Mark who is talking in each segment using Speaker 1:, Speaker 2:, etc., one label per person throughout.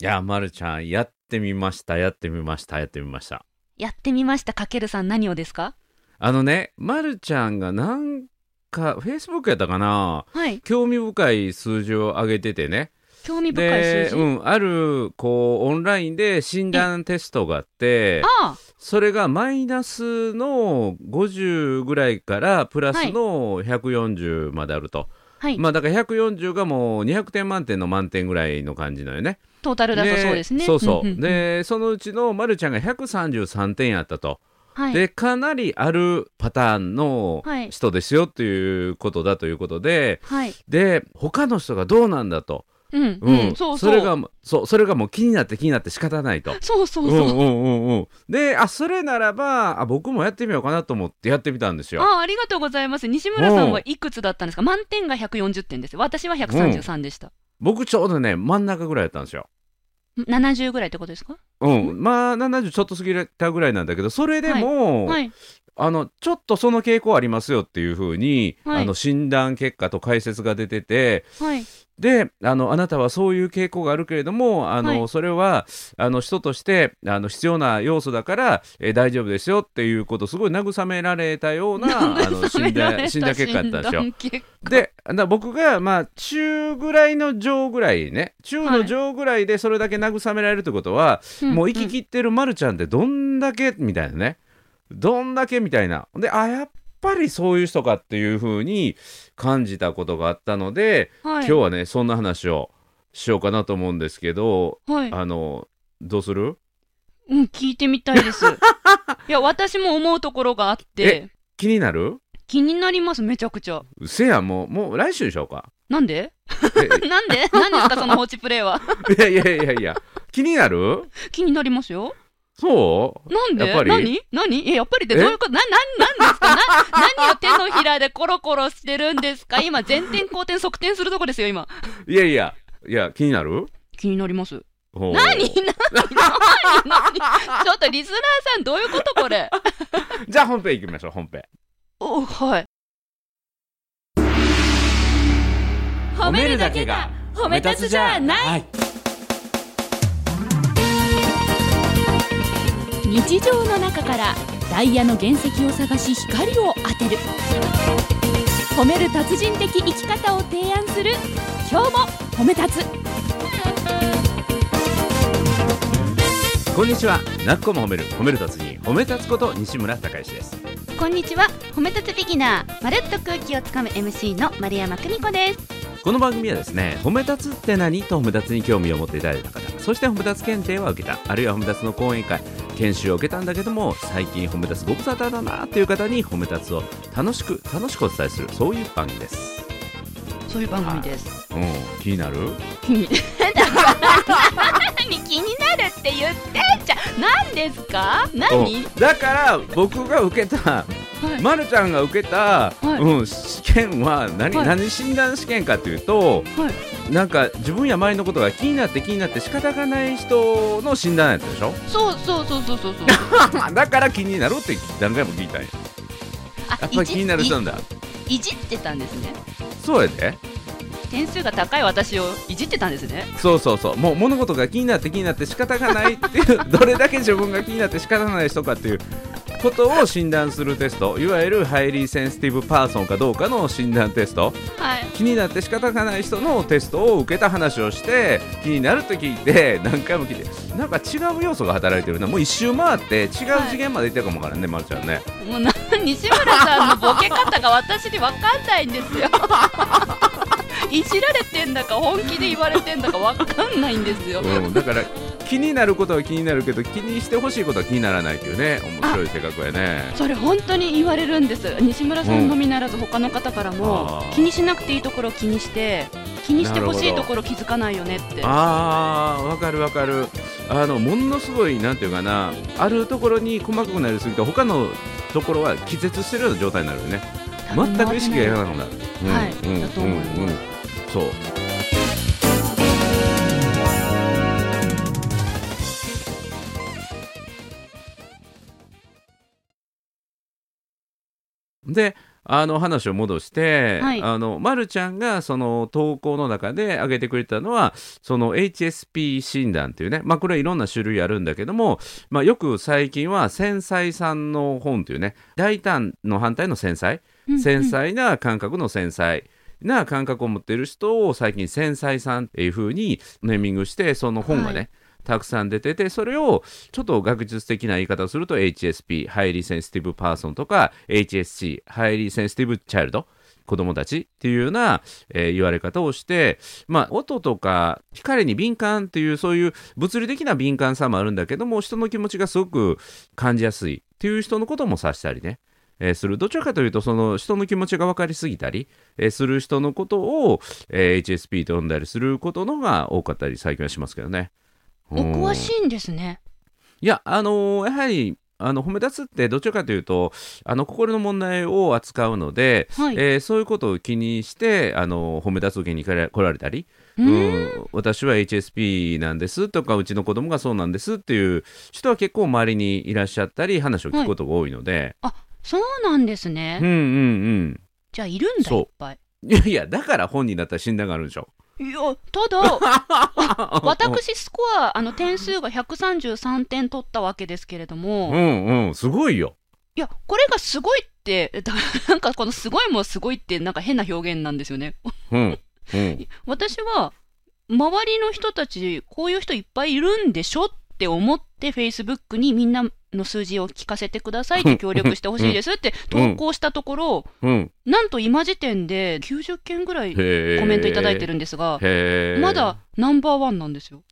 Speaker 1: や、まるちゃん、やってみました、やってみました、やってみました。
Speaker 2: やってみましたかけるさん何をですか
Speaker 1: あのね、まるちゃんがなんか、Facebook やったかな、
Speaker 2: はい
Speaker 1: 興味深い数字を上げててね。
Speaker 2: 興味深い
Speaker 1: で
Speaker 2: 数、字、
Speaker 1: うん、ある、こう、オンラインで診断テストがあって、
Speaker 2: あ
Speaker 1: それがマイナスの50ぐらいからプラスの140まであると、
Speaker 2: あはい、
Speaker 1: まあだから140がもう200点満点の満点ぐらいの感じのよね。
Speaker 2: トータルだとそうですね
Speaker 1: そうそ
Speaker 2: んん
Speaker 1: う。
Speaker 2: ん
Speaker 1: でそのうちのまるちゃんが133点やったと、
Speaker 2: はい、
Speaker 1: でかなりあるパターンの
Speaker 2: はい
Speaker 1: 人ですよということだということで
Speaker 2: はい
Speaker 1: で他の人がどうなんだと、
Speaker 2: うん
Speaker 1: う
Speaker 2: うんん、そうそう
Speaker 1: れがそうそれがもう気になって気になって仕方ないと。
Speaker 2: そうそう
Speaker 1: う
Speaker 2: そう、
Speaker 1: んうんうんうん、であそれならばあ僕もやってみようかなと思ってやってみたんですよ。
Speaker 2: ああありがとうございます西村さんはいくつだったんですか満点が140点ですよ私は133でした、
Speaker 1: 僕ちょうどね真ん中ぐらいやったんですよ。
Speaker 2: 70ぐらいってことですか
Speaker 1: うん、まあ70ちょっと過ぎたぐらいなんだけどそれでも、
Speaker 2: はい
Speaker 1: あのちょっとその傾向ありますよっていうふうに、
Speaker 2: はい
Speaker 1: あの診断結果と解説が出てて
Speaker 2: はい
Speaker 1: であのあなたはそういう傾向があるけれどもあの、
Speaker 2: はい
Speaker 1: それはあの人としてあの必要な要素だから、えー大丈夫ですよっていうことすごい慰められたよう なあの診断診断結果だったんですよ。
Speaker 2: よ
Speaker 1: でな僕がまあ中ぐらいの上ぐらいね中の上ぐらいでそれだけ慰められるってことは、もう息切ってるまるちゃんってどんだけみたいなねどんだけみたいなであやっぱりそういう人かっていう風に感じたことがあったので、
Speaker 2: はい
Speaker 1: 今日はねそんな話をしようかなと思うんですけど
Speaker 2: はい
Speaker 1: あのどうする
Speaker 2: うん聞いてみたいで すいや私も思うところがあって
Speaker 1: 気になる
Speaker 2: 気になりますめちゃくちゃ
Speaker 1: せやもうもう来週にしようか
Speaker 2: なんで なんでなんですかその放置プレイ は
Speaker 1: いやいやいやいや気になる
Speaker 2: 気になりますよ
Speaker 1: そう
Speaker 2: なんで
Speaker 1: やっぱり
Speaker 2: 何何えやっぱりってどういうことな、な、なんですかな、何を手のひらでコロコロしてるんですか今、前転後転側転するとこですよ、今。
Speaker 1: いやいやいや気になる
Speaker 2: 気になります。
Speaker 1: ほう
Speaker 2: 何何何何ちょっとリスナーさんどういうことこれ。
Speaker 1: じゃあ本編行きましょう本編
Speaker 2: お、はい。
Speaker 1: は
Speaker 2: 褒
Speaker 1: い
Speaker 2: 日常の中からダイヤの原石を探し光を当てる褒める達人的生き方を提案する今日も褒め立つ
Speaker 1: こんにちはなっこも褒める褒める達人褒め立つこと西村孝之です
Speaker 2: こんにちは褒め立つビギナーまるっと空気をつかむ MC の丸山久美子です
Speaker 1: この番組はですね褒め立つって何と褒め立つに興味を持っていただいた方そして褒め立つ検定は受けたあるいは褒め立つの講演会研修を受けたんだけども最近褒め立つご無沙汰だなっていう方に褒め立つを楽しく楽しくお伝えするそういう番組です
Speaker 2: そういう番組です
Speaker 1: うん気になる
Speaker 2: 気に 何気になるって言ってんじゃん何ですか
Speaker 1: う
Speaker 2: 何
Speaker 1: んだから僕が受けた
Speaker 2: はい
Speaker 1: まるちゃんが受けた、
Speaker 2: はい
Speaker 1: うん、試験は何,、
Speaker 2: はい
Speaker 1: 何診断試験かというと、
Speaker 2: は
Speaker 1: なんか自分や周りのことが気になって気になって仕方がない人の診断やったでしょ
Speaker 2: そうそうそうそ うそうそう
Speaker 1: だから気になろうって何回も聞いたんや
Speaker 2: あ
Speaker 1: やっぱり気になる人なんだ
Speaker 2: いいじってたんですね
Speaker 1: そうやで
Speaker 2: 点数が高い私をいじってたんですね
Speaker 1: そうそうそうもう物事が気になって気になって仕方がないっていう どれだけ自分が気になって仕方がない人かっていうことを診断するテストいわゆるハイリーセンシティブパーソンかどうかの診断テスト
Speaker 2: はい
Speaker 1: 気になって仕方がない人のテストを受けた話をして気になると聞いて 何回も聞いてなんか違う要素が働いてるなもう一周回って違う次元まで行ってるかもわからんね、まるちゃんね
Speaker 2: もうな西村さんのボケ方が私に分かんないんですよいじられてんだか本気で言われてんだか分かんないんですよ
Speaker 1: うん、だから気になることは気になるけど気にしてほしいことは気にならないというね面白い性格やね
Speaker 2: それ本当に言われるんです西村さんのみならず他の方からも、
Speaker 1: あー
Speaker 2: 気にしなくていいところを気にして気にしてほしい
Speaker 1: なるほど
Speaker 2: ところ気づかないよねって
Speaker 1: あーわかるわかるあのものすごいなんていうかなあるところに細かくなりすぎて他のところは気絶してるような状態になるよね
Speaker 2: 多分
Speaker 1: 全く意識がいら
Speaker 2: 回
Speaker 1: なくなる、
Speaker 2: はい
Speaker 1: うん
Speaker 2: だと思います
Speaker 1: うんうんそうであの話を戻して、
Speaker 2: はい
Speaker 1: あのま、るちゃんがその投稿の中で挙げてくれたのはその HSP 診断っていうね、まあ、これはいろんな種類あるんだけども、まあ、よく最近は繊細さんの本っていうね大胆の反対の繊細
Speaker 2: うん
Speaker 1: 繊細な感覚の繊細な感覚を持っている人を最近繊細さんっていう風にネーミングしてその本がね、
Speaker 2: はい
Speaker 1: たくさん出ててそれをちょっと学術的な言い方をすると HSP ハイリーセンシティブパーソンとか HSC ハイリーセンシティブチャイルド子供たちっていうような、えー言われ方をして、まあ、音とか光に敏感っていうそういう物理的な敏感さもあるんだけども人の気持ちがすごく感じやすいっていう人のことも指したりね、えーするどちらかというとその人の気持ちが分かりすぎたり、えーする人のことを、えー HSP と呼んだりすることのが多かったり最近はしますけどね。
Speaker 2: お詳し
Speaker 1: い
Speaker 2: いんですね。
Speaker 1: いやあのーやはりあの褒め立つってどちらかというとあの心の問題を扱うので、
Speaker 2: はい。
Speaker 1: えーそういうことを気にしてあの褒め立つ時に来ら来られたり、
Speaker 2: う
Speaker 1: う
Speaker 2: ーん
Speaker 1: ん、私は HSP なんですとかうちの子供がそうなんですっていう人は結構周りにいらっしゃったり話を聞くことが多いので、
Speaker 2: そうなんですね。
Speaker 1: うんうんうん
Speaker 2: じゃあいるんだ
Speaker 1: そう
Speaker 2: いっぱい。
Speaker 1: いやいやだから本になったら診断があるんでしょ
Speaker 2: いやただ私スコアあの点数が133点取ったわけですけれども、
Speaker 1: う
Speaker 2: い
Speaker 1: んうんすごいよ
Speaker 2: やこれがすごいって だなんかこの「すごい」もすごいってなんか変な表現なんですよね。
Speaker 1: うんうん
Speaker 2: 私は周りの人たちこういう人いっぱいいるんでしょって思ってフェイスブックにみんなの数字を聞かせてくださいって協力してほしいですって投稿したところ、
Speaker 1: うん
Speaker 2: なんと今時点で90件ぐらいコ
Speaker 1: へえ
Speaker 2: メントいただいて
Speaker 1: る
Speaker 2: るんですが、
Speaker 1: へえ
Speaker 2: まだナンバーワンなんですよ。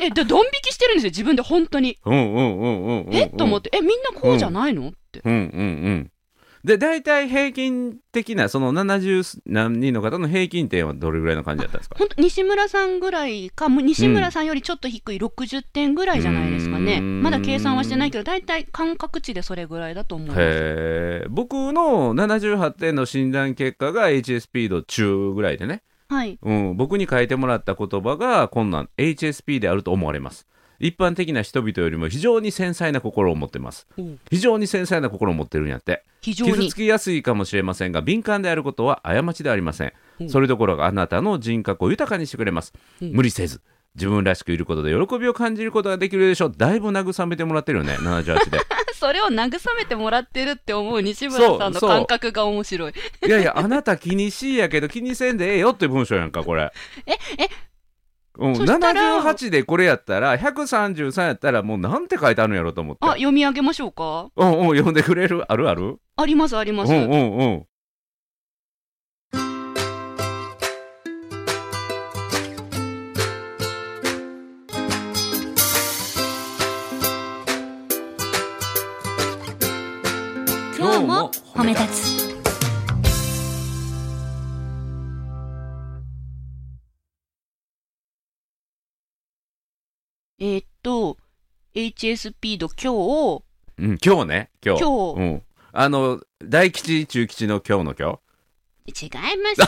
Speaker 2: え、で、ドン引きしてるんですよ、自分で本当に。
Speaker 1: うんうんうんうんうんうん
Speaker 2: えと思って、え、みんなこうじゃないのって。
Speaker 1: うんうんうんで大体平均的なその70何人の方の平均点はどれぐらいの感じだったんですか
Speaker 2: 本当西村さんぐらいか、もう西村さんよりちょっと低い60点ぐらいじゃないですかね。
Speaker 1: うん
Speaker 2: まだ計算はしてないけど、大体感覚値でそれぐらいだと思いま
Speaker 1: へ
Speaker 2: す。
Speaker 1: え僕の78点の診断結果が HSP 度中ぐらいでね、
Speaker 2: はい。
Speaker 1: うん、僕に書いてもらった言葉がこんなん HSP であると思われます一般的な人々よりも非常に繊細な心を持ってます非常に繊細な心を持ってるんやって
Speaker 2: 非常
Speaker 1: 傷
Speaker 2: に
Speaker 1: つ。きやすいかもしれませんが敏感であることは過ちではありません
Speaker 2: うん
Speaker 1: それどころかあなたの人格を豊かにしてくれます
Speaker 2: うん
Speaker 1: 無理せず自分らしくいることで喜びを感じることができるでしょうだいぶ慰めてもらってるよね78で
Speaker 2: それを慰めてもらってるって思う西
Speaker 1: そ
Speaker 2: 村
Speaker 1: う
Speaker 2: さんの
Speaker 1: そう
Speaker 2: 感覚が面白い。
Speaker 1: いやいやあなた気にしいやけど気にせんでええよって文章やんかこれ
Speaker 2: ええ
Speaker 1: うん、
Speaker 2: そしたら
Speaker 1: 78でこれやったら133やったらもうなんて書いてあるんやろと思って
Speaker 2: あ、読み上げましょうか。
Speaker 1: うんうん読んでくれるあるある
Speaker 2: あります、あり
Speaker 1: う
Speaker 2: ま
Speaker 1: ん
Speaker 2: す。
Speaker 1: うんうん
Speaker 2: 今日も褒め立つ。えーっと、HSP 度今日を、
Speaker 1: うん今日ね今日
Speaker 2: 今日
Speaker 1: うん、あの大吉中吉の今日の今日
Speaker 2: 違い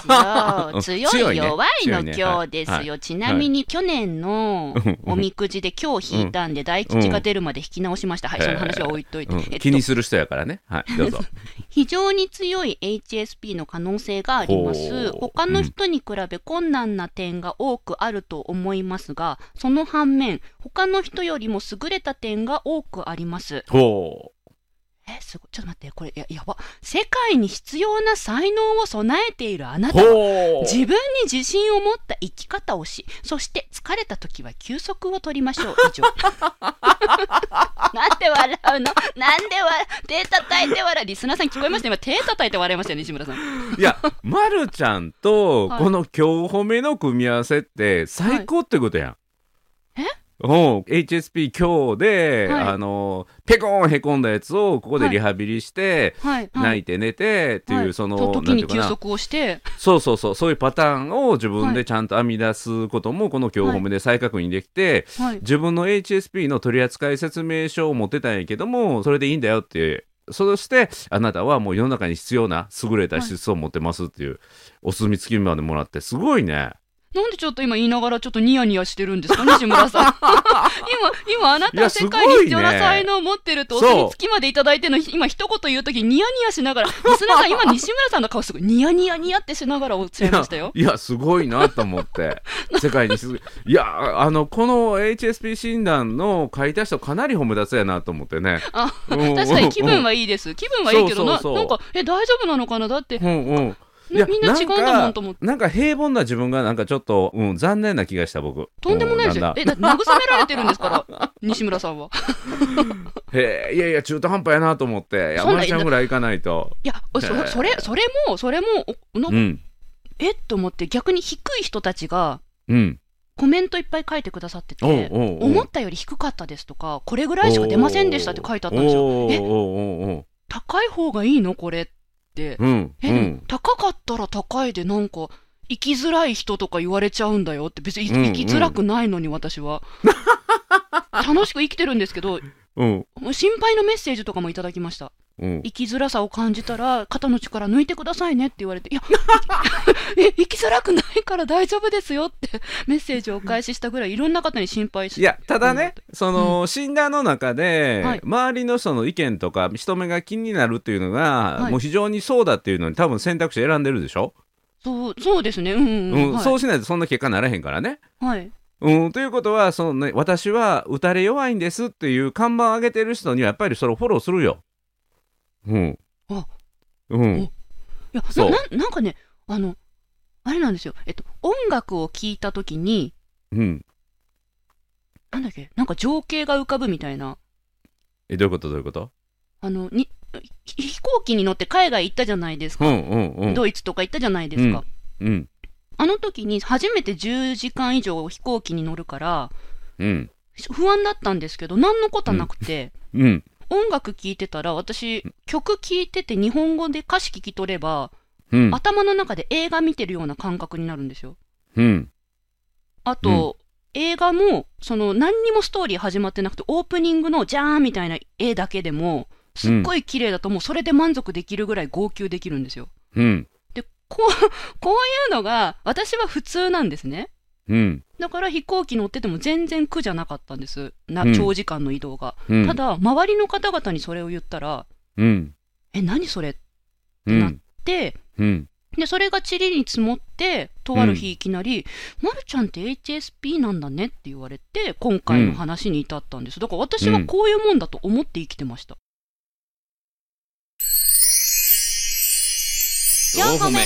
Speaker 2: ます よ。
Speaker 1: 強
Speaker 2: 強い
Speaker 1: いね
Speaker 2: 弱い
Speaker 1: 強い
Speaker 2: の
Speaker 1: ね
Speaker 2: 今日ですよ。
Speaker 1: はい
Speaker 2: ちなみに去年の
Speaker 1: うん
Speaker 2: おみくじで今日引いたんで大吉が出るまで引き直しました。はい、
Speaker 1: うん
Speaker 2: その話は置いといて。
Speaker 1: うん
Speaker 2: えっと
Speaker 1: 気にする人やからねはい どうぞ
Speaker 2: 非常に強い HSP の可能性がありま
Speaker 1: ほう
Speaker 2: す他の人に比べ困難な点が多くあると思いますが、その反面他の人よりも優れた点が多くあります
Speaker 1: ほ
Speaker 2: えすごいちょっと待ってこれややば世界に必要な才能を備えているあな
Speaker 1: う
Speaker 2: たは
Speaker 1: ほう
Speaker 2: 自分に自信を持った生き方をしそして疲れた時は休息を取りましょう以 上なんで笑うのなんで笑う手叩いて笑うリスナーさん聞こえました今手叩いて笑いましたよね西村さん
Speaker 1: いや、ま、るちゃんと
Speaker 2: はい
Speaker 1: この今日褒めの組み合わせって最高ってことやん。
Speaker 2: え
Speaker 1: おう HSP 今日で、
Speaker 2: はい
Speaker 1: あのペコンへこんだやつをここでリハビリして、
Speaker 2: はい、
Speaker 1: 泣いて寝てっていう、
Speaker 2: はい
Speaker 1: その
Speaker 2: そう
Speaker 1: な
Speaker 2: 時
Speaker 1: んてい
Speaker 2: に
Speaker 1: うか
Speaker 2: 休
Speaker 1: な
Speaker 2: 息をして
Speaker 1: そうそうそうそういうパターンを自分
Speaker 2: は
Speaker 1: でちゃんと編み出すこともこの今日褒めで再確認できて、
Speaker 2: はい
Speaker 1: 自分の HSP の取扱説明書を持ってたんやけどもそれでいいんだよっていうそしてあなたはもう世の中に必要な優れた資質を持ってますっていう、お墨付きまでもらってすごいね
Speaker 2: なんでちょっと今言いながらちょっとニヤニヤしてるんですかね、志 村さん。今、今あなた
Speaker 1: い
Speaker 2: は
Speaker 1: やす
Speaker 2: 世
Speaker 1: ごいね
Speaker 2: 界に必要な才能を持ってると、お
Speaker 1: そう
Speaker 2: 墨付きまでいただいての、今一言言うときニヤニヤし ながら、リスナーさん今西村さんの顔すごいニヤニヤニヤってしながらおっしゃい ましたよ。
Speaker 1: いやいやすごいなと思って 世界にすいやあのこの HSP 診断の書いた人かなり褒め出せやなと思ってね
Speaker 2: あ、
Speaker 1: うん
Speaker 2: 確かに気分はいいです。気分はいいけどな、
Speaker 1: そうそうそう
Speaker 2: なんか、え、大丈夫なのかなだって、
Speaker 1: うんうん
Speaker 2: みみんな違うんだもんと思って。
Speaker 1: なんか平凡な自分がなんかちょっと、うん、残念な気がした僕
Speaker 2: とんでもないです
Speaker 1: うだん。
Speaker 2: よ
Speaker 1: だん
Speaker 2: え、だって慰められてるんで すから、西村さんは。
Speaker 1: へえいやいや中途半端やなと思って
Speaker 2: そんな
Speaker 1: 山ちゃんぐらいいかないと
Speaker 2: いや、そ
Speaker 1: へー
Speaker 2: それ、それも、それも、おな
Speaker 1: う
Speaker 2: んか
Speaker 1: ん
Speaker 2: えっと思って、逆に低い人たちが、
Speaker 1: うん
Speaker 2: コメントいっぱい書いてくださってて、
Speaker 1: おうおうおう
Speaker 2: 思ったより低かったですとか、これぐらいしか出ませんでしたって書いてあったんですよ。
Speaker 1: おー
Speaker 2: え、
Speaker 1: おーおーおー
Speaker 2: 高い方がいいのこれって。
Speaker 1: うん
Speaker 2: え、
Speaker 1: う
Speaker 2: でも
Speaker 1: ん
Speaker 2: 高かったら高いで、なんか、生きづらい人とか言われちゃうんだよって、別に
Speaker 1: うんうん
Speaker 2: 生きづらくないのに、私は。楽しく生きてるんですけど、
Speaker 1: うん
Speaker 2: 心配のメッセージとかもいただきました。
Speaker 1: うん
Speaker 2: 生きづらさを感じたら、肩の力抜いてくださいねって言われて、いや、 え、生きづらくないから大丈夫ですよってメッセージをお返ししたぐらい、いろんな方に心配し
Speaker 1: いやただね、その、診断の中で、
Speaker 2: はい
Speaker 1: 周りのその意見とか人目が気になるっていうのが、
Speaker 2: はい
Speaker 1: もう非常にそうだっていうのに多分選択肢選んでるでしょ、
Speaker 2: そう、そうですね。うん
Speaker 1: う
Speaker 2: うんん、うん。はい、
Speaker 1: そうしないとそんな結果ならへんからね。
Speaker 2: はい。
Speaker 1: うん、ということはその、ね、私は打たれ弱いんですっていう看板を上げてる人にはやっぱりそれをフォローするよ。うん。
Speaker 2: あ
Speaker 1: うん。
Speaker 2: いや、
Speaker 1: そう
Speaker 2: な、ななんかね、あの、あれなんですよ。えっと、音楽を聴いたときに、
Speaker 1: うん。
Speaker 2: なんだっけ、なんか情景が浮かぶみたいな。
Speaker 1: え、どういうことどういうこと
Speaker 2: あの、に、ひ飛行機に乗って海外行ったじゃないです
Speaker 1: う
Speaker 2: か。
Speaker 1: んうんうん。
Speaker 2: ドイツとか行ったじゃないですか。
Speaker 1: うん。
Speaker 2: あの時に初めて10時間以上飛行機に乗るから、
Speaker 1: うん。
Speaker 2: 不安だったんですけど、何のことはなくて、
Speaker 1: うん。
Speaker 2: 音楽聴いてたら、私、曲聴いてて日本語で歌詞聞き取れば、
Speaker 1: うん。
Speaker 2: 頭の中で映画見てるような感覚になるんですよ。
Speaker 1: うん。
Speaker 2: あと、映画も、その、何にもストーリー始まってなくて、オープニングのジャーンみたいな絵だけでも、すっごい綺麗だと、もうそれで満足できるぐらい号泣できるんですよ。
Speaker 1: うん。
Speaker 2: で、こう、 こういうのが、私は普通なんですね。
Speaker 1: うん。
Speaker 2: だから飛行機乗ってても全然苦じゃなかったんです。な
Speaker 1: うん
Speaker 2: 長時間の移動が。
Speaker 1: うん。
Speaker 2: ただ、周りの方々にそれを言ったら、
Speaker 1: うん。
Speaker 2: え、何それっ
Speaker 1: うん。
Speaker 2: て、
Speaker 1: うん。
Speaker 2: で、それが塵に積もって、とある日いきなり、まるちゃんって HSP なんだねって言われて、今回の話に至ったんです。だから私はこういうもんだと思って生きてました。4個目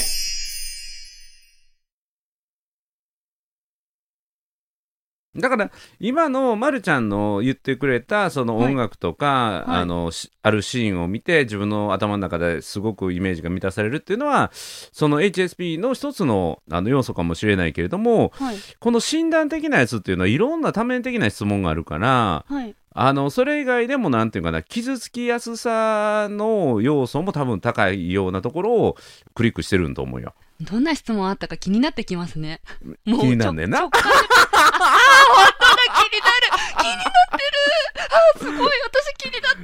Speaker 1: だから今のまるちゃんの言ってくれたその
Speaker 2: はい
Speaker 1: 音楽とか、
Speaker 2: はい
Speaker 1: あのしあるシーンを見て自分の頭の中ですごくイメージが満たされるっていうのはその HSP の一つのあの要素かもしれないけれども
Speaker 2: はい。
Speaker 1: この診断的なやつっていうのはいろんな多面的な質問があるから
Speaker 2: はい。
Speaker 1: あのそれ以外でもなんていうかな傷つきやすさの要素も多分高いようなところをクリックしてるんと思うよ。
Speaker 2: どんな質問あったか気になってきますね。も
Speaker 1: 気になんねんな
Speaker 2: ちょ直感でああ、本当だ、気になる。気になってる。ああ、すごい。私気になって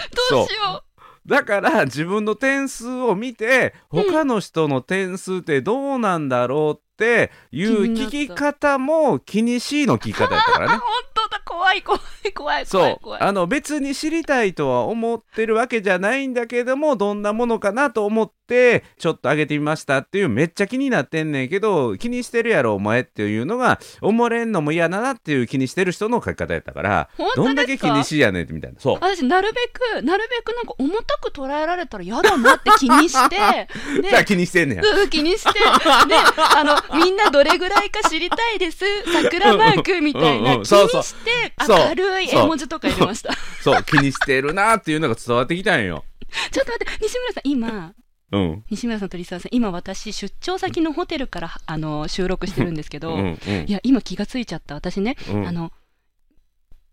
Speaker 2: る。どうしよ
Speaker 1: だから自分の点数を見て
Speaker 2: うん
Speaker 1: 他の人の点数ってどうなんだろうっていう
Speaker 2: 気にな
Speaker 1: 聞
Speaker 2: った
Speaker 1: き方も気にしいの聞き方やったか
Speaker 2: う。
Speaker 1: ら
Speaker 2: あ、
Speaker 1: ね。
Speaker 2: 本当だ。怖い、怖い、怖い、怖
Speaker 1: そ、
Speaker 2: いう怖い。
Speaker 1: あの別に知りたいとは思ってるわけじゃないんだけどもどんなものかなと思ってちょっと上げてみましたっていうめっちゃ気になってんねんけど気にしてるやろお前っていうのが思われんのも嫌だなっていう気にしてる人の書き方やったから
Speaker 2: 本当ですか
Speaker 1: どんだけ気にしいやねんってみたいなそう
Speaker 2: 私なるべくなるべくなんか重たく捉えられたら嫌だなって気 にしてで
Speaker 1: じゃあ気にしてんねや。
Speaker 2: うん気にしてであのみんなどれぐらいか知りたいです桜マークみた
Speaker 1: う
Speaker 2: い
Speaker 1: んうん
Speaker 2: な
Speaker 1: うん
Speaker 2: 気
Speaker 1: そうそう
Speaker 2: にして
Speaker 1: そう
Speaker 2: 明るい絵文字とか入れました
Speaker 1: そう気にしてるなっていうのが伝わってきたんよ。
Speaker 2: ちょっと待って西村さん今
Speaker 1: うん
Speaker 2: 西村さんとリサさん今私出張先のホテルからあの収録してるんですけ
Speaker 1: う
Speaker 2: ど、
Speaker 1: んうん
Speaker 2: いや今気がついちゃった私ね、
Speaker 1: うん
Speaker 2: あの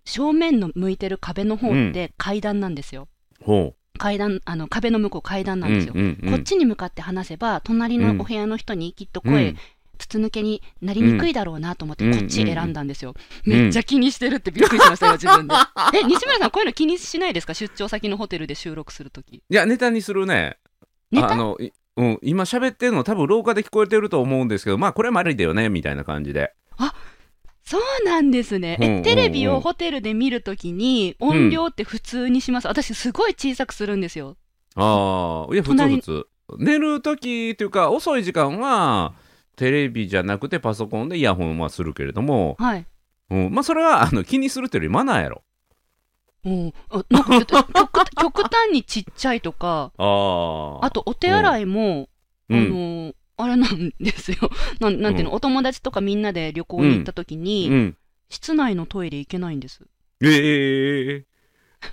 Speaker 2: 正面の向いてる壁の方って階段なんですよ、
Speaker 1: ほ
Speaker 2: 階段あの壁の向こう階段
Speaker 1: う
Speaker 2: なんですよ、
Speaker 1: うんうんうん
Speaker 2: こっちに向かって話せば、隣のお部屋の人にきっと声、
Speaker 1: うん
Speaker 2: 筒抜けになりにくいだろうなと思って、
Speaker 1: うん
Speaker 2: こっち選んだんですよ、
Speaker 1: うん
Speaker 2: めっちゃ気にしてるってびっくりしましたよ、自 分で。え、西村さん、こういうの気にしないですか、出張先のホテルで収録するとき。
Speaker 1: いやネタにするね。
Speaker 2: ネタ
Speaker 1: あのいうん、今喋ってるの多分廊下で聞こえてると思うんですけどまあこれもありだよねみたいな感じで
Speaker 2: そうなんですね。
Speaker 1: うんうんう
Speaker 2: え、
Speaker 1: ん
Speaker 2: テレビをホテルで見るときに音量って普通にします。私すごい小さくするんですよ。
Speaker 1: ああいや普通
Speaker 2: 隣
Speaker 1: 普通寝る時というか遅い時間はテレビじゃなくてパソコンでイヤホンはするけれども、
Speaker 2: はい。
Speaker 1: うん、まあそれはあの気にするというよりマナーやろ
Speaker 2: もう、あなんかちょっと極端極端にちっちゃいとか、
Speaker 1: あ
Speaker 2: あとお手洗いも、
Speaker 1: う
Speaker 2: あ
Speaker 1: ん
Speaker 2: のーあれなんですよ。 なんなんていうの、お友達とかみんなで旅行に行ったときに、
Speaker 1: うん、
Speaker 2: 室内のトイレ行けないんです。
Speaker 1: ええ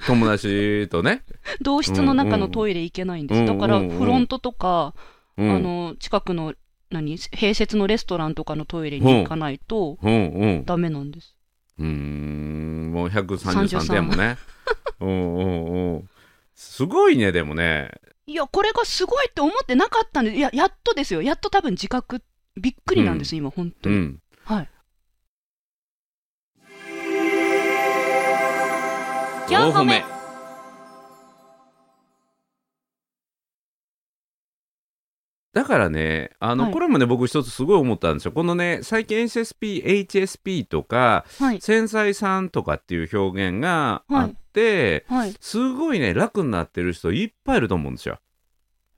Speaker 1: 友達とね、
Speaker 2: 同室の中のトイレ行けないんです。
Speaker 1: うんうん
Speaker 2: だから、
Speaker 1: うんうんうん
Speaker 2: フロントとか、
Speaker 1: うん、
Speaker 2: あの、近くの、何、併設のレストランとかのトイレに行かないと、
Speaker 1: うんうん
Speaker 2: ダメなんです。
Speaker 1: うーんもう133点もねうんうんうんすごいねでもね
Speaker 2: いや、これがすごいって思ってなかったんで、いや、やっとですよ。やっと多分自覚、びっくりなんです、今、本当
Speaker 1: う
Speaker 2: に。
Speaker 1: ん
Speaker 2: はい。
Speaker 1: 4
Speaker 2: 個
Speaker 1: 個
Speaker 2: 目
Speaker 1: 目だからねあの、
Speaker 2: はい
Speaker 1: これもね僕一つすごい思ったんですよこのね最近 SSPHSP とか
Speaker 2: はい。
Speaker 1: 繊細さんとかっていう表現があって、
Speaker 2: はい。
Speaker 1: すごいね楽になってる人いっぱいいると思うんですよ、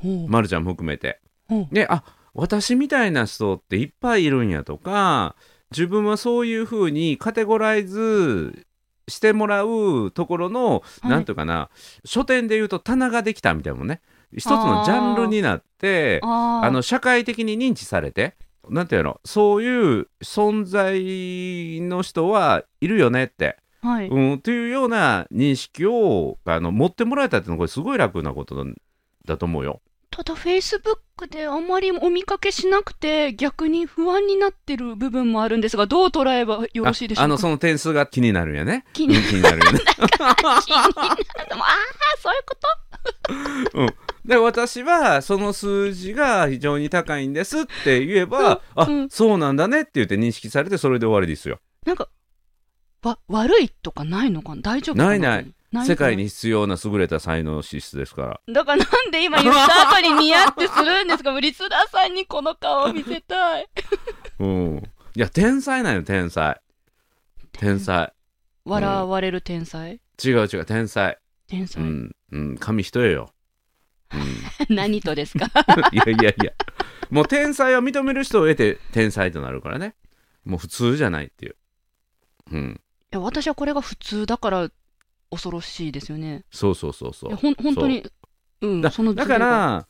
Speaker 2: ほう
Speaker 1: ま、るちゃんも含めて。
Speaker 2: ほう
Speaker 1: であ私みたいな人っていっぱいいるんやとか自分はそういうふうにカテゴライズしてもらうところの、
Speaker 2: はい
Speaker 1: なんとかな書店でいうと棚ができたみたいなもんね一つのジャンルになって
Speaker 2: あ
Speaker 1: あ
Speaker 2: ー
Speaker 1: の社会的に認知されてなんていうのそういう存在の人はいるよねって、
Speaker 2: はい。
Speaker 1: うん、っていうような認識をあの持ってもらえたっていうのはこれすごい楽なことなんだと思うよ。
Speaker 2: ただ、フェイスブックであまりお見かけしなくて、逆に不安になってる部分もあるんですが、どう捉えばよろしいでしょうか。
Speaker 1: ああのその点数が気になるんやね。
Speaker 2: 気
Speaker 1: 気
Speaker 2: に
Speaker 1: になるよね。
Speaker 2: 気になるのああ、そういうこと
Speaker 1: で私はその数字が非常に高いんですって言えば、あ、
Speaker 2: うん
Speaker 1: そうなんだねって言って認識されてそれで終わりですよ。
Speaker 2: なんか、わ、悪いとかないのかな大丈夫かな
Speaker 1: ないない。
Speaker 2: な
Speaker 1: 世界に。必要な優れた才能資質ですから。
Speaker 2: だからなんで今言った後にニヤってするんですかリスナーさんにこの顔を見せたい。
Speaker 1: うん。いや天才なんよ天才。天才。
Speaker 2: 笑われる天才
Speaker 1: 違う違う天才。
Speaker 2: 天才、
Speaker 1: うんうん紙一重よ。うん、
Speaker 2: 何とですか
Speaker 1: いやいやいやもう天才を認める人を得て天才となるからねもう普通じゃないっていう、うん、
Speaker 2: いや私はこれが普通だから恐ろしいですよね。
Speaker 1: そうそうそうそ
Speaker 2: いや
Speaker 1: う。
Speaker 2: ほん本当に、うん、
Speaker 1: だ
Speaker 2: その
Speaker 1: だ
Speaker 2: ズ
Speaker 1: か
Speaker 2: レが
Speaker 1: ら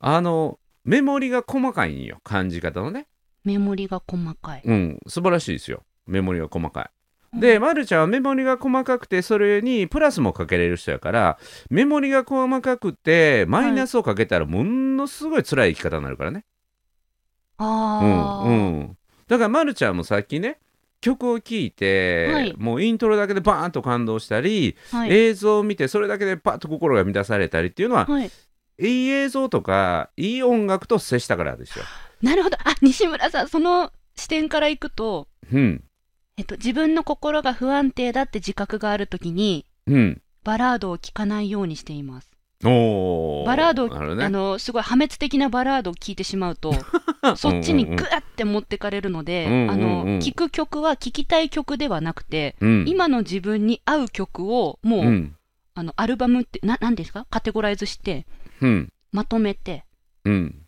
Speaker 1: あのメモリが細かいんよ感じ方のね。
Speaker 2: メモリが細かい。
Speaker 1: うん素晴らしいですよメモリが細かい。で、ま、るちゃんはメモリが細かくてそれにプラスもかけれる人やからメモリが細かくてマイナスをかけたらものすごい辛い生き方になるからね。
Speaker 2: ああ、
Speaker 1: うんうん、だから、ま、るちゃんもさっきね曲を聴いて、
Speaker 2: はい
Speaker 1: もうイントロだけでバーンと感動したり、
Speaker 2: はい、
Speaker 1: 映像を見てそれだけでパッと心が満たされたりっていうのは
Speaker 2: はい。
Speaker 1: いい映像とかいい音楽と接したからですよ。
Speaker 2: なるほど。あ、西村さん、その視点からいくと、
Speaker 1: うん。
Speaker 2: えっと、自分の心が不安定だって自覚があるときに、
Speaker 1: うん。
Speaker 2: バラードを聴かないようにしています。
Speaker 1: おー
Speaker 2: バラードを
Speaker 1: なるほどね。
Speaker 2: あの、すごい破滅的なバラードを聴いてしまう と、そっちにグワって持ってかれるので、
Speaker 1: うん
Speaker 2: あ
Speaker 1: うんう
Speaker 2: の、
Speaker 1: ん
Speaker 2: 聴く曲は聴きたい曲ではなくて、
Speaker 1: うん、
Speaker 2: 今の自分に合う曲を、もう、
Speaker 1: うん。
Speaker 2: あの、アルバムって、な、なんですかカテゴライズして、
Speaker 1: うん。
Speaker 2: まとめて、
Speaker 1: うん。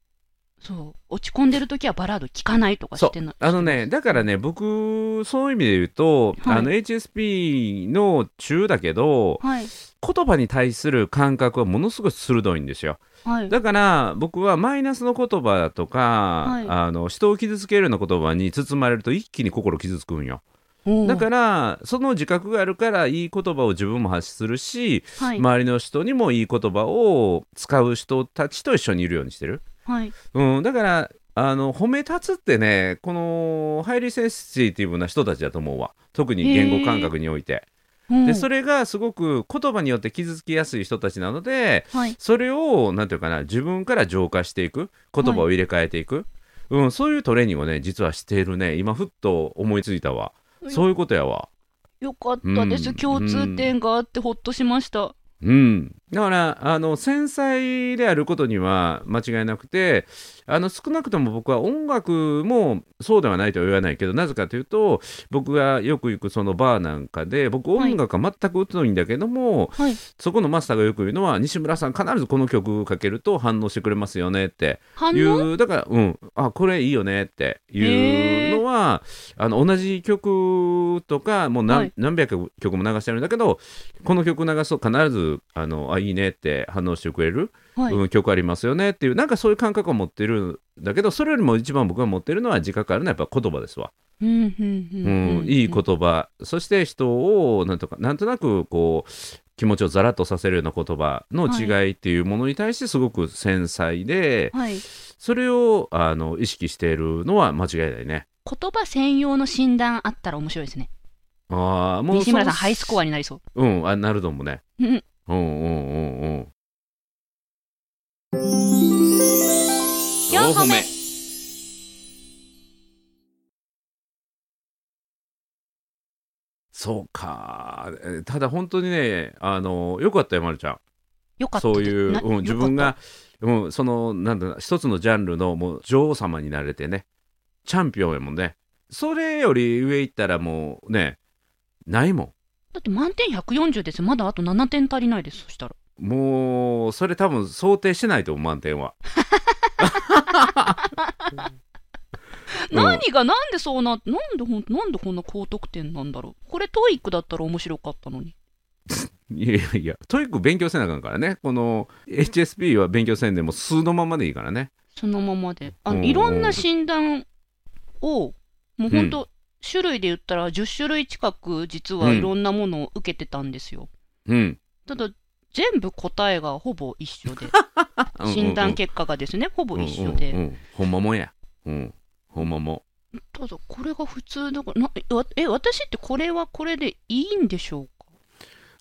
Speaker 2: そう、落ち込んでるときはバラード聴かないとか
Speaker 1: そ
Speaker 2: してな
Speaker 1: う。あのね、だからね、僕、そういう意味で言うと、
Speaker 2: はい
Speaker 1: あの HSP の中だけど、
Speaker 2: はい、
Speaker 1: 言葉に対する感覚はものすごく鋭いんですよ。
Speaker 2: はい。
Speaker 1: だから、僕はマイナスの言葉とか、
Speaker 2: い
Speaker 1: あの人を傷つけるような言葉に包まれると一気に心傷つくんよ。
Speaker 2: おー
Speaker 1: だから、その自覚があるから、いい言葉を自分も発するし、
Speaker 2: はい、
Speaker 1: 周りの人にもいい言葉を使う人たちと一緒にいるようにしてる、
Speaker 2: はい。
Speaker 1: うん、だからあの褒め立つってねこのハイリセンシティブな人たちだと思うわ特に言語感覚において
Speaker 2: うん
Speaker 1: でそれがすごく言葉によって傷つきやすい人たちなので
Speaker 2: はい。
Speaker 1: それをなんていうかな自分から浄化していく言葉を入れ替えていく、うん、そういうトレーニングをね実はしているね今ふっと思いついたわそういうことやわ
Speaker 2: よかったです。
Speaker 1: うん
Speaker 2: 共通点があってほっとしました。
Speaker 1: うん、だからあの繊細であることには間違いなくてあの少なくとも僕は音楽もそうではないとは言わないけどなぜかというと僕がよく行くそのバーなんかで僕
Speaker 2: はい
Speaker 1: 音楽は全く疎いんだけども、
Speaker 2: はい
Speaker 1: そこのマスターがよく言うのは西村さん必ずこの曲かけると反応してくれますよねって
Speaker 2: 反
Speaker 1: い
Speaker 2: 応
Speaker 1: うだからうんあこれいいよねっていうのはあの同じ曲とかもう何,、
Speaker 2: はい
Speaker 1: 何百曲も流してるんだけどこの曲流すと必ずあのあいいねって反応してくれる、
Speaker 2: はい、
Speaker 1: うん、曲ありますよねっていうなんかそういう感覚を持ってるんだけどそれよりも一番僕が持ってるのは自覚あるのはやっぱ言葉ですわ。
Speaker 2: うんうんうん
Speaker 1: うんいい言葉そして人をなんとかなんとなくこう気持ちをざらっとさせるような言葉の違いっていうものに対してすごく繊細で、
Speaker 2: はい言
Speaker 1: それをあの意識しているのは間違いないね。
Speaker 2: 葉専用の診断あったら面白いですね
Speaker 1: ああ、もう
Speaker 2: 西村さん
Speaker 1: その
Speaker 2: ハイスコアになりそう
Speaker 1: うん、あなるどもね。
Speaker 2: うん
Speaker 1: うんうんうんうん。
Speaker 2: 四歩目
Speaker 1: そうかえーただ本当にねあのよかったよまるちゃん
Speaker 2: よかった
Speaker 1: そういう、
Speaker 2: な
Speaker 1: うん、自分
Speaker 2: よかっ
Speaker 1: が、うん、そのなんだろうな一つのジャンルのもう女王様になれてねチャンピオンやもんねそれより上行ったらもうねないもん
Speaker 2: ただって満点140ですまだあと7点足りないですそしたら
Speaker 1: もうそれ多分想定してないと思う満点はうん
Speaker 2: 何がなんでそうななんでほんなんでこんな高得点なんだろうこれトイックだったら面白かったのに
Speaker 1: いやいやいやトイック勉強せなあかんからねこの HSP は勉強せんでも数のままでいいからね
Speaker 2: そのままであ
Speaker 1: う
Speaker 2: の
Speaker 1: ん
Speaker 2: いろんな診断をもうほんと種類で言ったら10種類近く実はいろんなものを受けてたんですよ、
Speaker 1: うん
Speaker 2: ただ全部答えがほぼ一緒で
Speaker 1: うんうん
Speaker 2: 診断結果がですねほぼ一緒で、
Speaker 1: うんうんうんほんまもんやうんほんまもん
Speaker 2: ただこれが普通だからなえわえ私ってこれはこれでいいんでしょうか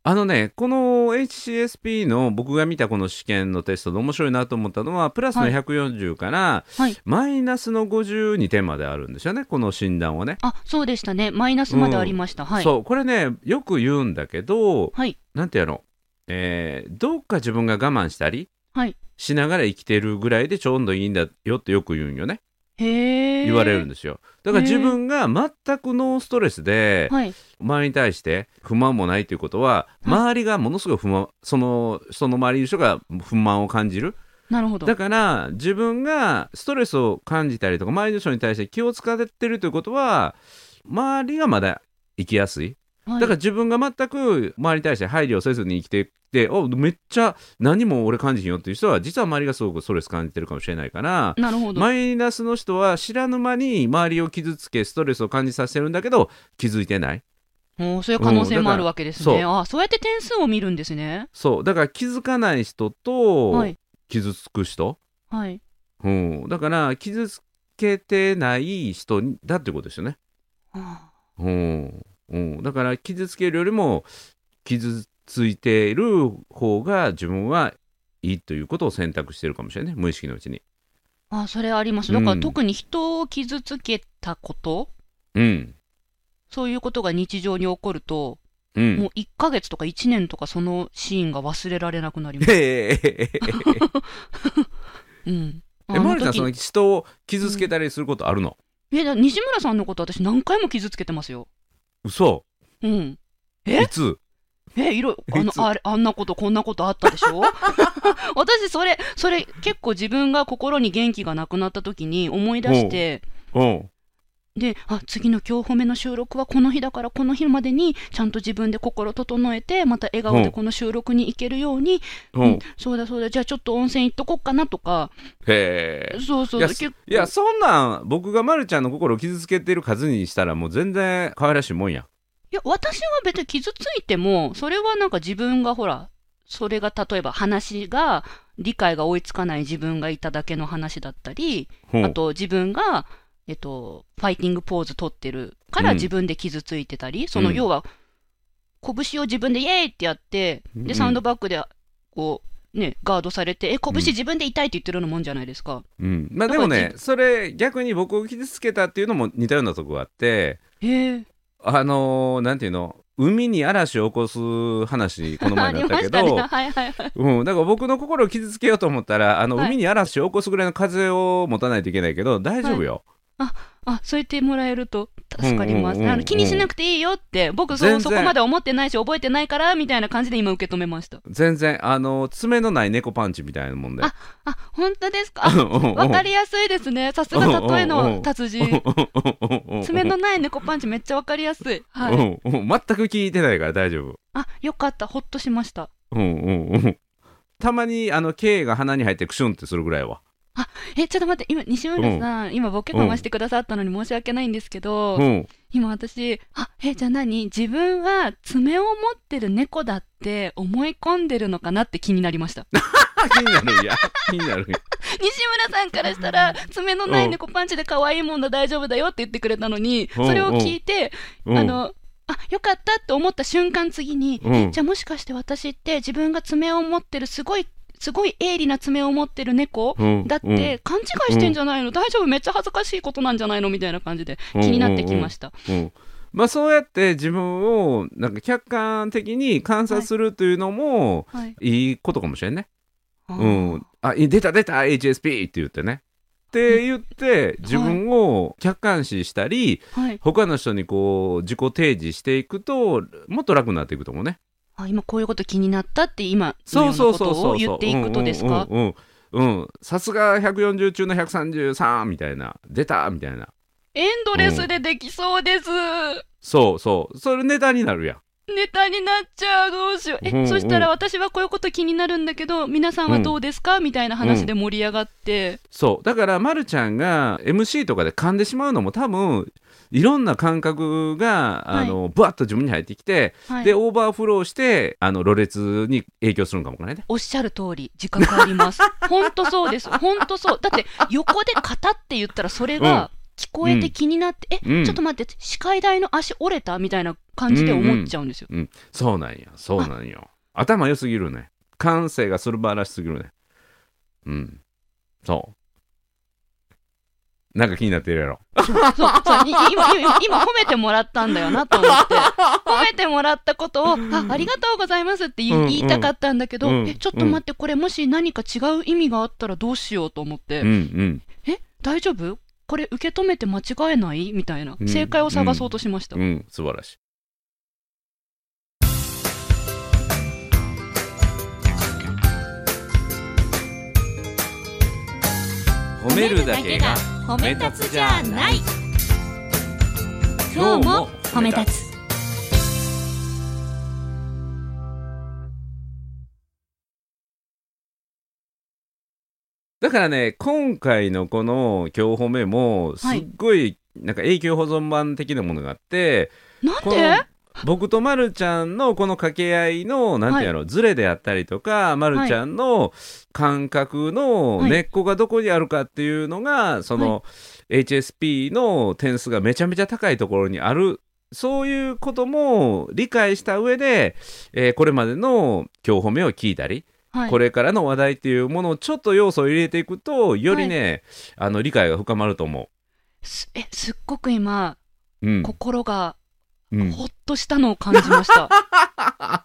Speaker 1: あのねこの HCSP の僕が見たこの試験のテストで面白いなと思ったのはプラスの
Speaker 2: はい
Speaker 1: 140から、
Speaker 2: はい
Speaker 1: マイナスの52点まであるんですよねこの診断はね、
Speaker 2: あそうでしたねマイナスまでありました、はい
Speaker 1: そうこれねよく言うんだけど
Speaker 2: はい
Speaker 1: なんてやろう、えーどっか自分が我慢したり
Speaker 2: はい
Speaker 1: しながら生きてるぐらいでちょうどいいんだよってよく言うんよね
Speaker 2: へえ
Speaker 1: 言われるんですよだから
Speaker 2: へー
Speaker 1: 自分が全くノーストレスで
Speaker 2: はい
Speaker 1: 周りに対して不満もないということは
Speaker 2: はい
Speaker 1: 周りがものすごい不満そのその周りの人が不満を感じる
Speaker 2: なるほど
Speaker 1: だから自分がストレスを感じたりとか周りの人に対して気を使ってるということは周りがまだ生きやすい
Speaker 2: は
Speaker 1: だ
Speaker 2: い
Speaker 1: から自分が全く周りに対して配慮せずに生きてっておめっちゃ何も俺感じひんよっていう人は実は周りがすごくストレス感じてるかもしれないから
Speaker 2: なるほど
Speaker 1: マイナスの人は知らぬ間に周りを傷つけストレスを感じさせてるんだけど気づいてない
Speaker 2: おーそういう可能性もあるわけですね。
Speaker 1: うんだ
Speaker 2: あそうやって点数を見るんですね。
Speaker 1: そうだから気づかない人と
Speaker 2: はい。
Speaker 1: 傷つく人、
Speaker 2: はい。
Speaker 1: うん、だから傷つけてない人だってことですよね、
Speaker 2: あ
Speaker 1: うんうん、だから傷つけるよりも傷ついている方が自分はいいということを選択してるかもしれない無意識のうちに。
Speaker 2: ーあ、それあります。だから、
Speaker 1: うん
Speaker 2: 特に人を傷つけたこと、
Speaker 1: うん
Speaker 2: そういうことが日常に起こると、
Speaker 1: うん
Speaker 2: もう1ヶ月とか1年とかそのシーンが忘れられなくなります。
Speaker 1: え
Speaker 2: うん。あ
Speaker 1: マルちゃん
Speaker 2: 時
Speaker 1: その人を傷つけたりすることあるの、
Speaker 2: いやだ西村さんのこと私何回も傷つけてますよ。
Speaker 1: 嘘
Speaker 2: うん。え
Speaker 1: いつ
Speaker 2: え、いろいろ、あ
Speaker 1: い
Speaker 2: の、
Speaker 1: つ
Speaker 2: あれ、あんなこと、こんなことあったでしょ 私、それ、それ、結構自分が心に元気がなくなった時に思い出して、
Speaker 1: うん
Speaker 2: で、あ、次の今日褒めの収録はこの日だからこの日までにちゃんと自分で心整えて、また笑顔
Speaker 1: う
Speaker 2: で
Speaker 1: ん
Speaker 2: この収録に行けるように、
Speaker 1: う
Speaker 2: うん
Speaker 1: ん
Speaker 2: そうだそうだ、じゃあちょっと温泉行っとこっかなとか、
Speaker 1: へえ
Speaker 2: そうそ
Speaker 1: い
Speaker 2: う
Speaker 1: や
Speaker 2: 結構
Speaker 1: いやそんなん僕がマルちゃんの心を傷つけてる数にしたらもう全然可愛らしいもんや
Speaker 2: いや、私は別に傷ついても、それはなんか自分がほら、それが例えば話が、理解が追いつかない自分がいただけの話だったり、
Speaker 1: うん
Speaker 2: あと自分が、えっと、ファイティングポーズ取ってるから
Speaker 1: うん
Speaker 2: 自分で傷ついてたり、その
Speaker 1: うん
Speaker 2: 要は、拳を自分でイエーイってやって、
Speaker 1: うん
Speaker 2: で、サウンドバッグで、こう、ね、ガードされて、え、拳自分で痛いって言ってるようなもんじゃないですか。
Speaker 1: うん、まあ
Speaker 2: だ
Speaker 1: で
Speaker 2: から
Speaker 1: もねそれ逆に僕を傷つけたっていうのも似たようなとこがあって
Speaker 2: へえ。
Speaker 1: あのーなんていうの海に嵐を起こす話この前
Speaker 2: あ
Speaker 1: だ
Speaker 2: り
Speaker 1: った
Speaker 2: ま
Speaker 1: け
Speaker 2: したね。
Speaker 1: ど、
Speaker 2: はいはいはい。
Speaker 1: うん、だから僕の心を傷つけようと思ったらあの
Speaker 2: はい
Speaker 1: 海に嵐を起こすぐらいの風を持たないといけないけど大丈夫よ、
Speaker 2: あ、そう言ってもらえると助かります。
Speaker 1: うんうんうんうん
Speaker 2: あの気にしなくていいよって、僕
Speaker 1: 全
Speaker 2: そう
Speaker 1: 然
Speaker 2: そこまで思ってないし、覚えてないから、みたいな感じで今受け止めました。
Speaker 1: 全然あの爪のない猫パンチみたいなもんで
Speaker 2: ああ、本当ですか
Speaker 1: う
Speaker 2: あ
Speaker 1: んうんうん
Speaker 2: わかりやすいですね。さすが里への達人。爪のない猫パンチめっちゃわかりやすい。
Speaker 1: う
Speaker 2: はい。
Speaker 1: んうん全く聞いてないから大丈夫、
Speaker 2: あ、よかった。ほっとしました。
Speaker 1: うんうんうん、たまにあの K が鼻に入ってクシュンってするぐらいは
Speaker 2: え、ちょっと待って。今、西村さん、今ボケかましてくださったのに申し訳ないんですけど、
Speaker 1: うん
Speaker 2: 今私、あ、え、じゃあ何自分は爪を持ってる猫だって思い込んでるのかなって気になり ました。
Speaker 1: あ気になるんや気になるんや
Speaker 2: 西村さんからしたら、爪のない猫パンチで可愛いもんだ大丈夫だよって言ってくれたのに、
Speaker 1: うん
Speaker 2: それを聞いて、
Speaker 1: うん
Speaker 2: あの、あ、よかったって思った瞬間次に、
Speaker 1: うん
Speaker 2: えじゃあもしかして私って自分が爪を持ってるすごい、すごい鋭利な爪を持ってる猫
Speaker 1: うん
Speaker 2: だって勘違いしてんじゃないの大丈夫めっちゃ恥ずかしいことなんじゃないのみたいな感じで気になってきました。
Speaker 1: うん、まあそうやって自分をなんか客観的に観察するというのも
Speaker 2: はい。
Speaker 1: いいことかもしれんね。
Speaker 2: あ
Speaker 1: う
Speaker 2: ー
Speaker 1: ん、あい出た出た HSP って言ってね。って言って自分を客観視したり、
Speaker 2: はい。
Speaker 1: 他の人にこう自己提示していくともっと楽になっていくと思うね。
Speaker 2: あ、今こういうこと気になったって今、
Speaker 1: そうそう
Speaker 2: のよ
Speaker 1: そうう
Speaker 2: なこと
Speaker 1: そ
Speaker 2: を
Speaker 1: う。
Speaker 2: 言っていくとですか
Speaker 1: うんうんうんうんさすが140中の133みたいな出たみたいな
Speaker 2: エンドレスでできそうです。
Speaker 1: そうそうそれネタになるやん。
Speaker 2: ネタになっちゃうどうしようえ、
Speaker 1: うんうん
Speaker 2: そしたら私はこういうこと気になるんだけど皆さんはどうですか、みたいな話で盛り上がって、
Speaker 1: そうだから、ま、るちゃんが MC とかで噛んでしまうのも多分いろんな感覚があの、ぶわっと自分に入ってきて、
Speaker 2: はい
Speaker 1: でオーバーフローしてあのろれつに影響するんかもわからないね。
Speaker 2: おっしゃる通り自覚あ りますほんとそうですほんとそうだって横で型って言ったらそれが聞こえて気になって、え、
Speaker 1: うん
Speaker 2: ちょっと待って視界台の足折れたみたいな感じで思っちゃうんですよ、
Speaker 1: そうなんやそうなんよ。頭良すぎるね。感性がするばらしすぎるね。うん。そう。なんか気になってるやろ。
Speaker 2: そうそうい今今今褒めてもらったんだよなと思って褒めてもらったことをあありがとうございますって言い,、
Speaker 1: うんうん
Speaker 2: 言いたかったんだけど、
Speaker 1: うん
Speaker 2: えちょっと待ってこれもし何か違う意味があったらどうしようと思って、
Speaker 1: うんうん
Speaker 2: え大丈夫これ受け止めて間違えないみたいな
Speaker 1: うん
Speaker 2: 正解を探そうとしました、
Speaker 1: うん素晴らしい。褒めるだけが
Speaker 3: 褒め立つじゃない
Speaker 1: 今日も褒め立つ。
Speaker 3: つ
Speaker 1: だからね今回のこの「今日褒め」もす
Speaker 2: はい
Speaker 1: っごいなんか永久保存版的なものがあって、
Speaker 2: なん
Speaker 1: こ
Speaker 2: で
Speaker 1: の僕とまるちゃんのこの掛け合いのなんていうの、ズレであったりとかまるちゃんの感覚の
Speaker 2: はい
Speaker 1: 根っこがどこにあるかっていうのが、その HSP の点数がめちゃめちゃ高いところにある。そういうことも理解した上で、えーこれまでの今日褒めを聞いたり、
Speaker 2: はい
Speaker 1: これからの話題っていうものをちょっと要素を入れていくとよりね、あの理解が深まると思
Speaker 2: すえすっごく今
Speaker 1: う。うん
Speaker 2: 心が
Speaker 1: うん、
Speaker 2: ほっとしたのを感じ ました、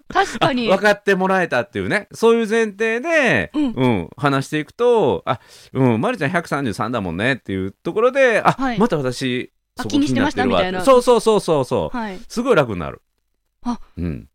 Speaker 2: 確かに
Speaker 1: 分かってもらえたっていうねそういう前提で、
Speaker 2: うん
Speaker 1: 話していくと「あうんまるちゃん133だもんね」っていうところで「あ、
Speaker 2: はい
Speaker 1: また私
Speaker 2: あ
Speaker 1: そこ
Speaker 2: 気にしてました
Speaker 1: 気になって
Speaker 2: み
Speaker 1: る
Speaker 2: たい
Speaker 1: わ
Speaker 2: な
Speaker 1: そうそうそうそうそう、
Speaker 2: はいい
Speaker 1: すごい楽になる。
Speaker 2: あ
Speaker 1: うん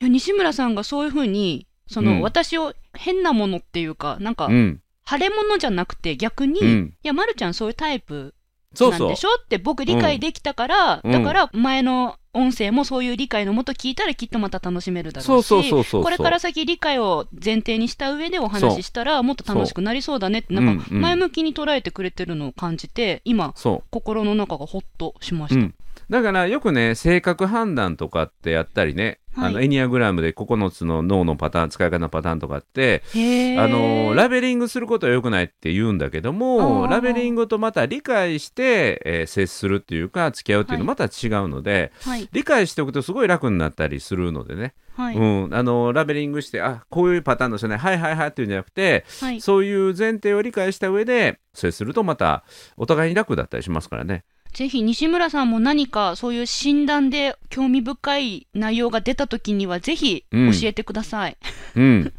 Speaker 2: や西村さんがそういうふうにその、
Speaker 1: うん
Speaker 2: 私を変なものっていうかなんか
Speaker 1: うん
Speaker 2: 腫れ物じゃなくて逆に、
Speaker 1: う
Speaker 2: い
Speaker 1: ん、
Speaker 2: や、ま、るちゃんそういうタイプ
Speaker 1: そう
Speaker 2: なん
Speaker 1: そう
Speaker 2: でしょって僕理解できたから、
Speaker 1: うん
Speaker 2: だから前の音声もそういう理解のもと聞いたらきっとまた楽しめるだろうし
Speaker 1: そうそうそうそう
Speaker 2: これから先理解を前提にした上でお話ししたらもっと楽しくなりそうだねって
Speaker 1: そう
Speaker 2: なんか
Speaker 1: うんうん
Speaker 2: 前向きに捉えてくれてるのを感じて今
Speaker 1: そう
Speaker 2: 心の中がほっとしました、
Speaker 1: うん、だからよくね性格判断とかってやったりね、
Speaker 2: はい
Speaker 1: あのエニアグラムで9つの脳のパターン使い方のパターンとかって、
Speaker 2: へー
Speaker 1: あのラベリングすることは良くないって言うんだけども
Speaker 2: あー
Speaker 1: ラベリングとまた理解して、えー接するっていうか付き合うっていうのまた違うので、
Speaker 2: はい
Speaker 1: 理解しておくとすごい楽になったりするのでね、
Speaker 2: はい、
Speaker 1: うん、あのラベリングしてあこういうパターンの人ねはいはいはいっていうんじゃなくて、
Speaker 2: はい
Speaker 1: そういう前提を理解した上で接するとまたお互いに楽だったりしますからね。
Speaker 2: ぜひ西村さんも何かそういう診断で興味深い内容が出た時にはぜひ教
Speaker 1: うん
Speaker 2: えてくだ さい。
Speaker 1: うん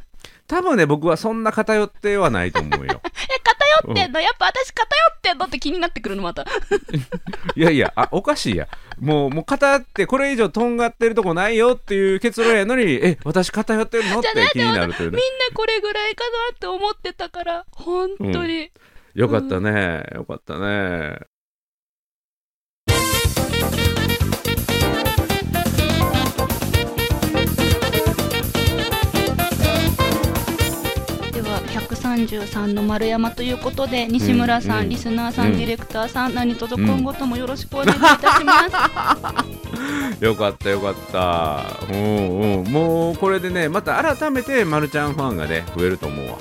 Speaker 1: 多分ね僕はそんな偏ってはないと思うよ
Speaker 2: え 偏ってんのやっぱ私偏ってんのって気になってくるの また。
Speaker 1: いやいやあおかしいやもうもう偏ってこれ以上とんがってるとこないよっていう結論やのにえ私偏ってるのって気になるという
Speaker 2: みん
Speaker 1: ね
Speaker 2: なこれぐらいかなって思ってたから本当に、
Speaker 1: よかったねよかったね
Speaker 2: では133の丸山ということで西村
Speaker 1: う
Speaker 2: さん、
Speaker 1: んうん
Speaker 2: リスナーさん、
Speaker 1: うん
Speaker 2: ディレクターさん何卒今後ともよろしくお願いいたします、
Speaker 1: よかったよかったうんうんもうこれでねまた改めてまるちゃんファンがね増えると思うわ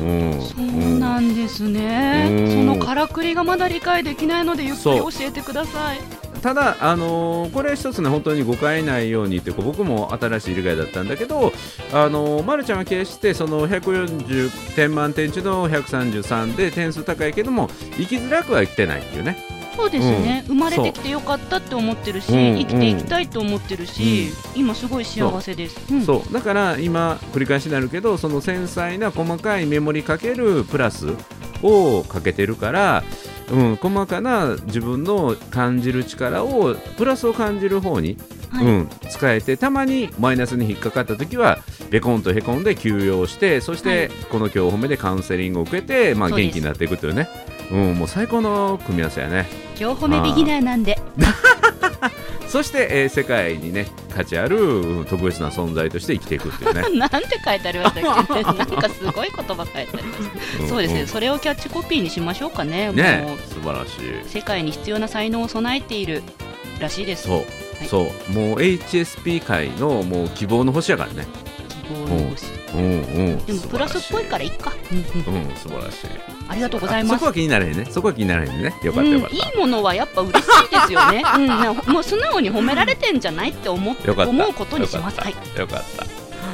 Speaker 1: うん
Speaker 2: そうなんですね、
Speaker 1: うん
Speaker 2: そのからくりがまだ理解できないのでゆっくり
Speaker 1: そ
Speaker 2: 教
Speaker 1: う
Speaker 2: えてください
Speaker 1: ただ、あのーこれ一つね本当に誤解ないようにっていうか僕も新しい理解だったんだけど、あのーま、るちゃんは決してその140点満点中の133で点数高いけども生きづらくは生きてないっていうね、
Speaker 2: そうですね、生まれ
Speaker 1: そ
Speaker 2: て
Speaker 1: う
Speaker 2: きてよかったって思ってるし、
Speaker 1: うん
Speaker 2: 生きていきたいと思ってるし、今すごい幸せですうん
Speaker 1: そうだから今繰り返しになるけどその繊細な細かいメモリかけるプラスをかけてるから、うん、細かな自分の感じる力をプラスを感じる方に
Speaker 2: はい
Speaker 1: うん、使えてたまにマイナスに引っかかった時はペコンとへこんで休養してそし
Speaker 2: はい
Speaker 1: てこの今日お褒めでカウンセリングを受けて、まあ、
Speaker 2: そうです
Speaker 1: 元気になっていくというねうん、もう最高の組み合わせやね
Speaker 2: 今日褒めビギナーなんで、
Speaker 1: そして、えー世界にね価値あるうん特別な存在として生きていくっていうね
Speaker 2: なんて書いてありましたっけ なんかすごい言葉書いてあります
Speaker 1: ん
Speaker 2: そうですね、それをキャッチコピーにしましょうかね。
Speaker 1: うんね
Speaker 2: もう
Speaker 1: 素晴らしい
Speaker 2: 世界に必要な才能を備えているらしいです。
Speaker 1: そう、
Speaker 2: い
Speaker 1: そうもう HSP 界のもう希望の星やからね
Speaker 2: 希望の星
Speaker 1: うんうん
Speaker 2: でもプラスっぽいからいっか。うんうん
Speaker 1: うん素晴らしい
Speaker 2: ありがとうございま
Speaker 1: あそこ
Speaker 2: す。
Speaker 1: は気にならへんねそこは気にならへんねよかったよかった、
Speaker 2: うん、いいものはやっぱ嬉しいですよ ね、うんな、もう素直に褒められてんじゃないって思って
Speaker 1: よかった
Speaker 2: 思うことにします
Speaker 1: よかっ
Speaker 2: はい
Speaker 1: た、よかった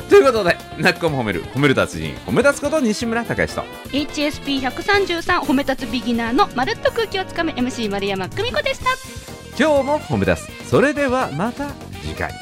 Speaker 1: ということでなっこも褒める褒める達人褒め立つこと西村隆之と
Speaker 2: HSP133 褒め立つビギナーのまるっと空気をつかむ MC 丸山久美子でした
Speaker 1: 今日も褒め立つそれではまた次回